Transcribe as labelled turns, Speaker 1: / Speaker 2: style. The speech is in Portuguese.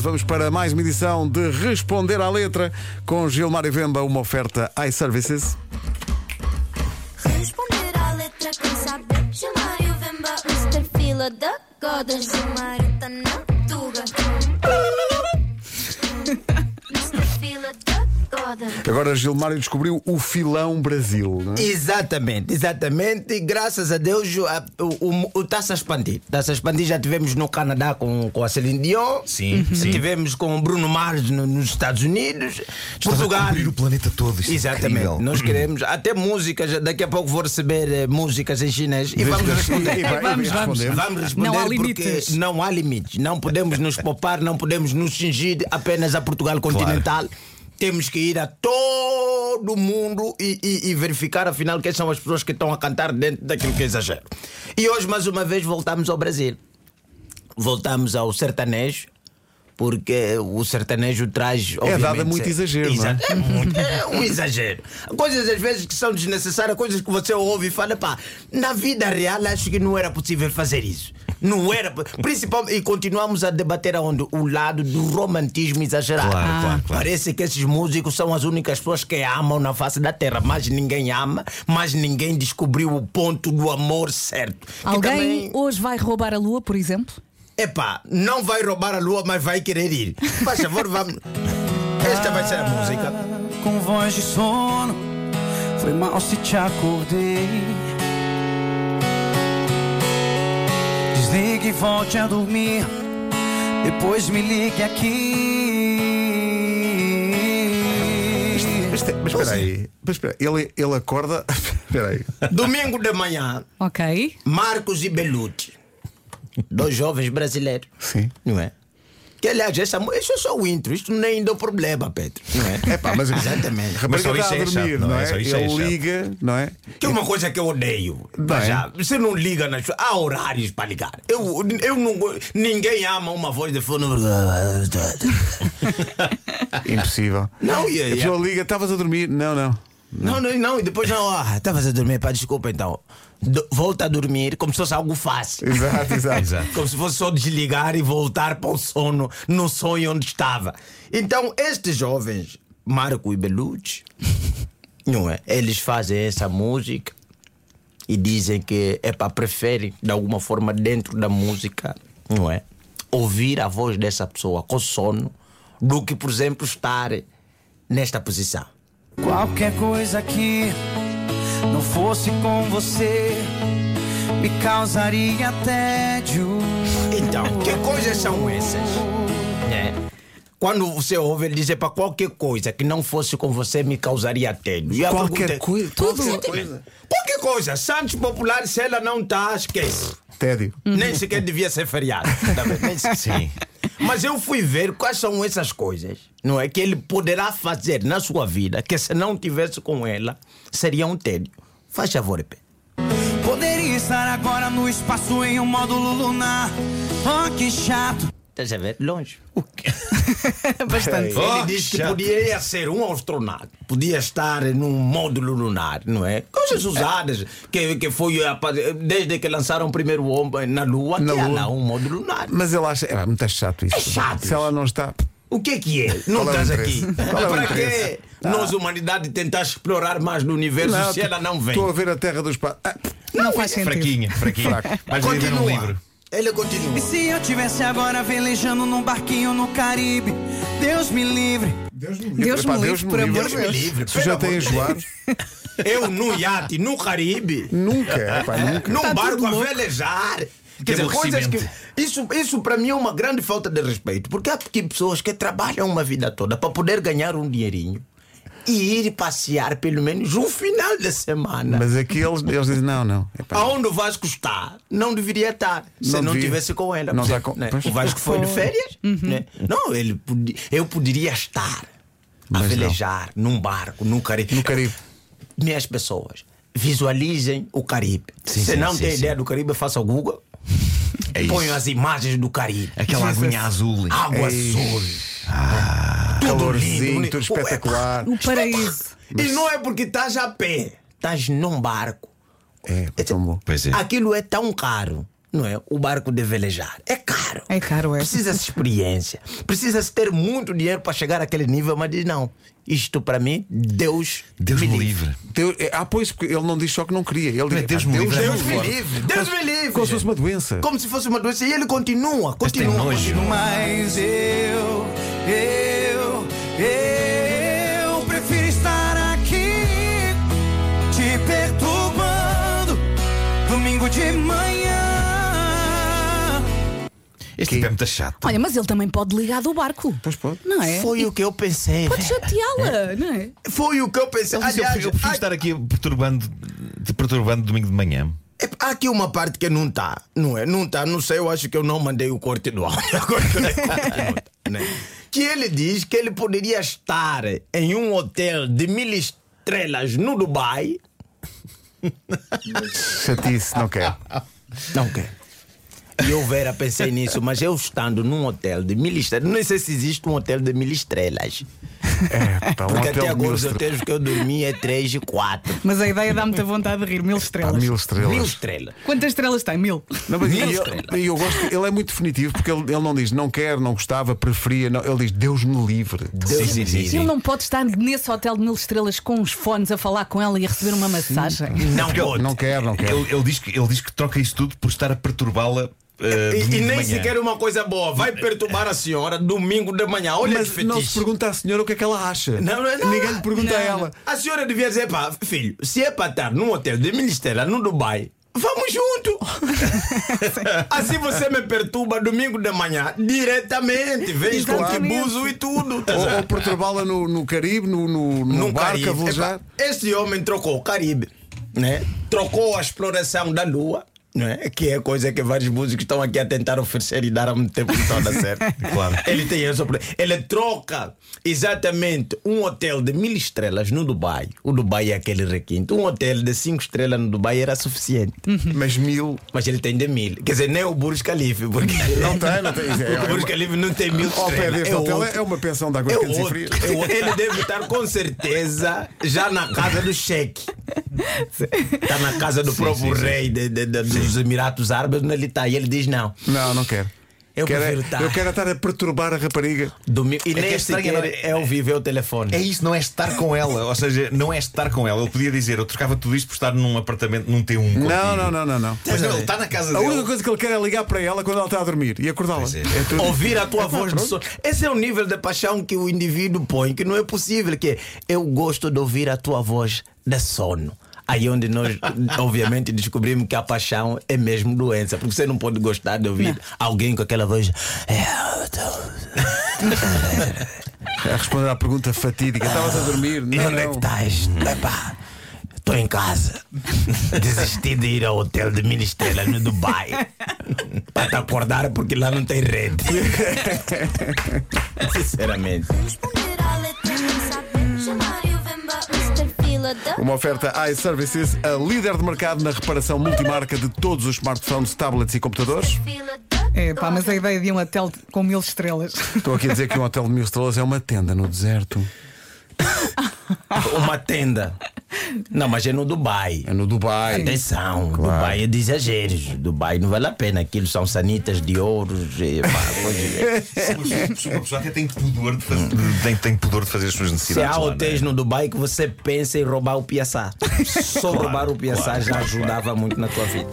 Speaker 1: Vamos para mais uma edição de Responder à Letra com Gilmar e Vemba, uma oferta iServices.
Speaker 2: Responder à letra com saber Chamar e o Vemba Mr. Fila da Goda Chamar tá na Tuga Mr. Fila da Goda
Speaker 1: Agora Gilmário descobriu o filão Brasil. não é?
Speaker 3: né?
Speaker 4: Exatamente, exatamente. E graças a Deus o- a- o está a expandir. Está-se a expandir. Já tivemos no Canadá com, com a Celine Dion.
Speaker 3: Sim,
Speaker 4: Já
Speaker 3: sim.
Speaker 4: Tivemos com o Bruno Mars no- nos Estados Unidos.
Speaker 3: Estás a
Speaker 4: Portugal.
Speaker 3: cobrir o planeta todo. Isto é
Speaker 4: Exatamente,
Speaker 3: incrível.
Speaker 4: nós queremos até músicas. Daqui a pouco vou receber eh, músicas em chinês e vamos responder.
Speaker 1: E vai- e
Speaker 5: Vamos, vamos.
Speaker 1: responder.
Speaker 4: Vamos responder
Speaker 5: Não há
Speaker 4: porque
Speaker 5: limites.
Speaker 4: não há limites. Não podemos nos poupar, não podemos nos cingir apenas a Portugal continental. Temos que ir a todo mundo e, e- e verificar afinal quem são as pessoas que estão a cantar dentro daquilo que é exagero. E hoje, mais uma vez, voltamos ao Brasil. Voltamos ao sertanejo. Porque o sertanejo traz.
Speaker 1: É dado
Speaker 4: obviamente,
Speaker 1: muito exagero, não é?
Speaker 4: Exa- é muito- é um exagero. Coisas às vezes que são desnecessárias, coisas que você ouve e fala, pá, na vida real acho que não era possível fazer isso. Não era. po- Principalmente, e continuamos a debater aonde? O lado do romantismo exagerado. Ah.
Speaker 3: Claro, claro, claro.
Speaker 4: Parece que esses músicos são as únicas pessoas que amam na face da terra, mas ninguém ama, mas ninguém descobriu o ponto do amor certo. Que
Speaker 5: Alguém
Speaker 4: também-
Speaker 5: hoje vai roubar a lua, por exemplo?
Speaker 4: Epá, não vai roubar a lua, mas vai querer ir. Faz favor, vamos. Esta vai ser a música.
Speaker 6: com voz de sono. Foi mal se te acordei. Desligue e volte a dormir. Depois me ligue aqui.
Speaker 1: Isto é- Mas espera aí, mas espera, ele, ele acorda. Espera aí.
Speaker 4: Domingo de manhã,
Speaker 5: Ok.
Speaker 4: Marcos e Belucci, dois jovens brasileiros,
Speaker 1: Sim.
Speaker 4: não é? Que aliás, essa, mu- isso é só o intro, isto nem deu problema, Pedro, não é?
Speaker 1: É pá, mas
Speaker 4: Exatamente.
Speaker 1: Rapaz,
Speaker 3: Mas só
Speaker 1: ele está
Speaker 3: isso
Speaker 1: a
Speaker 3: é
Speaker 1: dormir,
Speaker 3: chato,
Speaker 1: não
Speaker 3: não é?
Speaker 1: é?
Speaker 3: Só isso é
Speaker 1: Ele
Speaker 3: chato.
Speaker 1: liga, não é?
Speaker 4: Que é uma coisa que eu odeio. Mas
Speaker 1: Bem.
Speaker 4: já, você não liga nas. Há horários para ligar. Eu, eu não. go- Ninguém ama uma voz de fone.
Speaker 1: Impossível.
Speaker 4: Não, e
Speaker 1: A
Speaker 4: aí?
Speaker 1: pessoa liga, estavas a dormir? Não, não.
Speaker 4: Não, não, não, e depois não, ah, estavas a dormir, pá, desculpa então. Do- volta a dormir como se fosse algo fácil.
Speaker 1: Exato, exato.
Speaker 3: Exato.
Speaker 4: Como se fosse só desligar e voltar para o sono no sonho onde estava. Então, estes jovens, Marco e Belucci, não é? Eles fazem essa música e dizem que é para preferem, de alguma forma, dentro da música, não é? Ouvir a voz dessa pessoa com sono do que, por exemplo, estar nesta posição.
Speaker 6: Qualquer coisa que não fosse com você me causaria tédio.
Speaker 4: Então, que coisas são essas? Né? Quando você ouve ele dizer para qualquer coisa que não fosse com você me causaria tédio. E a
Speaker 1: Qualquer
Speaker 4: pergunta- é,
Speaker 1: coisa.
Speaker 5: Tudo.
Speaker 4: Qualquer coisa. Santos Populares, se ela não está, esquece.
Speaker 1: Tédio.
Speaker 4: Nem sequer devia ser feriado. tá bem? Nem sequer.
Speaker 3: Sim.
Speaker 4: Mas eu fui ver quais são essas coisas, não é? Que ele poderá fazer na sua vida, que se não tivesse com ela, seria um tédio. Faz favor, Pedro.
Speaker 6: Poderia estar agora no espaço em um módulo lunar. Oh, que chato. É
Speaker 4: Estás a ver? Longe.
Speaker 5: Bastante.
Speaker 4: Ele
Speaker 3: Oh,
Speaker 4: diz que
Speaker 3: chato.
Speaker 4: podia ser um astronauta, podia estar num módulo lunar, não é? Coisas usadas, que, que foi a pa- desde que lançaram o primeiro homem na Lua,
Speaker 1: Na
Speaker 4: que há
Speaker 1: Lua.
Speaker 4: lá um módulo lunar.
Speaker 1: Mas ele acha. É muito chato isso.
Speaker 4: É chato
Speaker 1: Se
Speaker 4: isso.
Speaker 1: ela não está.
Speaker 4: O que é que é? Não
Speaker 1: Qual é o
Speaker 4: estás
Speaker 1: interesse?
Speaker 4: aqui.
Speaker 1: Qual é o
Speaker 4: Para
Speaker 1: interesse?
Speaker 4: que nós, humanidade, tentar explorar mais do universo se ela não vem? é
Speaker 1: Estou a ver a terra dos pais. Ah,
Speaker 5: Não faz sentido.
Speaker 3: Fraquinha, fraquinha. Mas lhe um livro.
Speaker 4: Ele
Speaker 6: E
Speaker 4: continua.
Speaker 6: se eu tivesse agora velejando num barquinho no Caribe? Deus me livre.
Speaker 5: Deus me
Speaker 1: Epá,
Speaker 5: livre, por amor de
Speaker 4: Deus me
Speaker 5: Deus.
Speaker 4: livre.
Speaker 1: Se já
Speaker 4: pelo
Speaker 1: tem
Speaker 4: amor de
Speaker 1: enjoado,
Speaker 4: Eu no iate, no Caribe.
Speaker 1: nunca. epá, nunca.
Speaker 4: num
Speaker 5: Tá
Speaker 4: barco
Speaker 5: tudo
Speaker 4: a
Speaker 5: louco.
Speaker 4: velejar.
Speaker 3: Que
Speaker 4: Quer dizer, coisas que.
Speaker 3: aborrecimento.
Speaker 4: Isso, isso para mim é uma grande falta de respeito. Porque há aqui pessoas que trabalham uma vida toda para poder ganhar um dinheirinho e ir passear pelo menos um final de semana.
Speaker 1: Mas aqui eles, eles dizem: não, não. epá,
Speaker 4: Aonde o Vasco está, não deveria estar se
Speaker 1: Não
Speaker 4: não,
Speaker 1: devia.
Speaker 4: tivesse com ela.
Speaker 1: Não
Speaker 4: por
Speaker 1: tá
Speaker 4: exemplo,
Speaker 1: com-
Speaker 4: né?
Speaker 1: pois.
Speaker 4: O Vasco foi de férias. né? Não, ele podi- eu poderia estar a
Speaker 1: Mas não.
Speaker 4: velejar num barco, num Caribe.
Speaker 1: no Caribe.
Speaker 4: minhas pessoas visualizem o Caribe. Se
Speaker 3: sim,
Speaker 4: não
Speaker 3: sim,
Speaker 4: tem
Speaker 3: sim.
Speaker 4: ideia do Caribe, faça o Google.
Speaker 3: É isso. É
Speaker 4: Ponham as imagens do Caribe.
Speaker 3: Aquela aguinha azul.
Speaker 4: Água
Speaker 1: Ei.
Speaker 4: azul.
Speaker 3: Ah,
Speaker 4: tudo lindo,
Speaker 1: Calorzinho,
Speaker 4: bonito.
Speaker 1: tudo
Speaker 4: Ué,
Speaker 1: espetacular.
Speaker 5: O paraíso.
Speaker 4: E não é porque estás a pé, estás num barco.
Speaker 1: É, é tão bom.
Speaker 3: Pois é.
Speaker 4: Aquilo é tão caro. não é? O barco de velejar. É caro.
Speaker 5: É caro, é.
Speaker 4: Precisa-se experiência. Precisa-se ter muito dinheiro para chegar àquele nível, mas diz não. Isto para mim, Deus,
Speaker 3: Deus
Speaker 4: me
Speaker 3: me
Speaker 4: livre.
Speaker 3: livre.
Speaker 1: Deus, é, ah, pois, porque ele não diz só que não queria. Ele diz,
Speaker 3: Deus
Speaker 1: "Pá,
Speaker 3: me livre,
Speaker 4: Deus me
Speaker 3: Claro.
Speaker 4: livre. Deus me livre.
Speaker 1: É Como se fosse uma doença.
Speaker 4: Como se fosse uma doença. E ele continua,
Speaker 3: tem
Speaker 4: continua.
Speaker 3: nojo.
Speaker 4: continua.
Speaker 6: Mas eu, eu, eu prefiro estar aqui te perturbando domingo de manhã.
Speaker 3: Este tipo é muito chato.
Speaker 5: Olha, mas ele também pode ligar do barco.
Speaker 1: Pois pode.
Speaker 5: Não é?
Speaker 4: Foi o que eu pensei.
Speaker 5: Pode
Speaker 4: velho.
Speaker 5: chateá-la, não é?
Speaker 4: Foi o que eu pensei.
Speaker 3: Ele disse, eu,
Speaker 4: Aliás,
Speaker 3: prefiro- eu prefiro
Speaker 4: há-
Speaker 3: estar aqui perturbando, te perturbando domingo de manhã.
Speaker 4: É, Há aqui uma parte que não está, não é? Não está, não sei, eu acho que eu não mandei o corte do áudio. Agora que eu lembro, né? Que ele diz que ele poderia estar em um hotel de mil estrelas no Dubai.
Speaker 1: Chatice, não quer.
Speaker 4: Não quer. E eu, Vera, pensei nisso, mas eu estando num hotel de mil estrelas, não sei se existe um hotel de mil estrelas.
Speaker 1: É, pá, um
Speaker 4: Porque
Speaker 1: hotel
Speaker 4: até
Speaker 1: de mil
Speaker 4: agora os
Speaker 1: estrelas.
Speaker 4: hotéis que eu dormi é três e quatro.
Speaker 5: Mas a ideia dá muita vontade de rir. Mil
Speaker 1: Pá,
Speaker 5: estrelas.
Speaker 1: Ah, mil estrelas.
Speaker 4: Mil estrelas.
Speaker 5: Quantas estrelas tem? Mil.
Speaker 1: Não, mas e
Speaker 4: Mil
Speaker 1: eu,
Speaker 4: estrelas.
Speaker 1: e eu gosto, que ele é muito definitivo porque ele, ele não diz não quer, não gostava, preferia, não. ele diz Deus me livre.
Speaker 4: Deus me livre.
Speaker 5: Ele não pode estar nesse hotel de mil estrelas com os fones a falar com ela e a receber uma massagem.
Speaker 4: Não
Speaker 3: Porque ele-
Speaker 4: pode.
Speaker 1: Não quer, não quer.
Speaker 3: Ele, ele diz que, ele diz que troca isso tudo por estar a perturbá-la. eh, domingo
Speaker 4: E, e
Speaker 3: de
Speaker 4: nem
Speaker 3: manhã.
Speaker 4: sequer é uma coisa boa. Vai perturbar a senhora domingo de manhã. Olha que
Speaker 1: Mas não se
Speaker 4: fetiche.
Speaker 1: pergunta à senhora o que é que ela acha.
Speaker 4: Não, não é nada.
Speaker 1: Ninguém lhe pergunta
Speaker 5: Não.
Speaker 1: a ela.
Speaker 4: A senhora devia dizer, pá, filho, se é para estar num hotel de ministério no Dubai, vamos junto. assim você me perturba domingo de manhã diretamente. Vês com que
Speaker 5: Exatamente.
Speaker 4: buzo e tudo. tá
Speaker 1: Ou, ou
Speaker 4: certo?
Speaker 1: perturbá-la no, no Caribe, no, no, no
Speaker 4: Num
Speaker 1: barco
Speaker 4: Caribe.
Speaker 1: a velejar.
Speaker 4: Epá, Este homem trocou o Caribe, né? Trocou a exploração da Lua. Né? Que é coisa que vários músicos estão aqui a tentar oferecer e dar há muito tempo e não está certo.
Speaker 3: Claro.
Speaker 4: Ele tem esse problema. Ele troca exatamente um hotel de mil estrelas no Dubai. O Dubai é aquele requinte. Um hotel de cinco estrelas no Dubai era suficiente.
Speaker 1: Mas mil.
Speaker 4: Mas ele tem de mil. Quer dizer, nem o Burj Khalifa, porque
Speaker 1: Não tem, não tem. É,
Speaker 4: o
Speaker 1: é,
Speaker 4: Burj Khalifa não tem mil
Speaker 1: ao pé
Speaker 4: estrelas.
Speaker 1: deste
Speaker 4: É
Speaker 1: hotel
Speaker 4: outro.
Speaker 1: é uma pensão de água
Speaker 4: É
Speaker 1: quentes e
Speaker 4: outro,
Speaker 1: frias.
Speaker 4: é outro. Ele deve estar com certeza já na casa do cheque. Está na casa do próprio rei de- de- de- dos Emirados Árabes, onde ele está. E ele diz: não.
Speaker 1: Não, não quero.
Speaker 4: Eu
Speaker 1: quero, é-
Speaker 4: prefiro estar.
Speaker 1: eu quero é estar a perturbar a rapariga.
Speaker 4: Domingo. E
Speaker 3: que é
Speaker 4: nem
Speaker 3: estranho,
Speaker 4: sequer
Speaker 3: não é?
Speaker 4: é ao vivo, é o telefone.
Speaker 3: É isso, não é estar com ela. Ou seja, não é estar com ela. Ele podia dizer, eu trocava tudo isto por estar num apartamento, num T1. contigo.
Speaker 1: Não, não, não, não, não.
Speaker 3: Mas não, ele está na casa
Speaker 1: A
Speaker 3: dele.
Speaker 1: única coisa que ele quer é ligar para ela quando ela está a dormir e acordá-la.
Speaker 3: Pois é.
Speaker 1: É tudo.
Speaker 4: Ouvir a tua voz de sono. Esse é o nível de paixão que o indivíduo põe, que não é possível. Que é, eu gosto de ouvir a tua voz de sono. Aí onde nós, obviamente, descobrimos que a paixão é mesmo doença. Porque você não pode gostar de ouvir alguém com aquela voz. "É, eu tô-
Speaker 1: A responder à pergunta fatídica. Estavas a dormir?
Speaker 4: E
Speaker 1: Não,
Speaker 4: onde é que
Speaker 1: não.
Speaker 4: estás? Epá, estou em casa. Desisti de ir ao hotel de Ministério no Dubai. Para te acordar porque lá não tem rede. Sinceramente.
Speaker 2: Responder à letra sem saber chamar e o Vemba Mr. Fila Duck
Speaker 1: Uma oferta iServices, a líder de mercado na reparação multimarca de todos os smartphones, tablets e computadores.
Speaker 2: Fila Duck
Speaker 5: É pá, mas a ideia de um hotel com mil estrelas.
Speaker 1: Estou aqui a dizer que um hotel de mil estrelas é uma tenda no deserto.
Speaker 4: Uma tenda. Não, mas é no Dubai.
Speaker 1: É no Dubai.
Speaker 4: Atenção, Dubai é de exageros. Dubai não vale a pena. Aquilo são sanitas de ouro. e pá, um coisa-
Speaker 3: Se uma pessoa até tem pudor de fazer, tem, tem pudor de fazer as suas
Speaker 4: Se
Speaker 3: necessidades.
Speaker 4: há
Speaker 3: lá, não é?
Speaker 4: hotéis no Dubai que você pensa em roubar o Piaçá. Só roubar o Piaçá já ajudava muito na tua vida.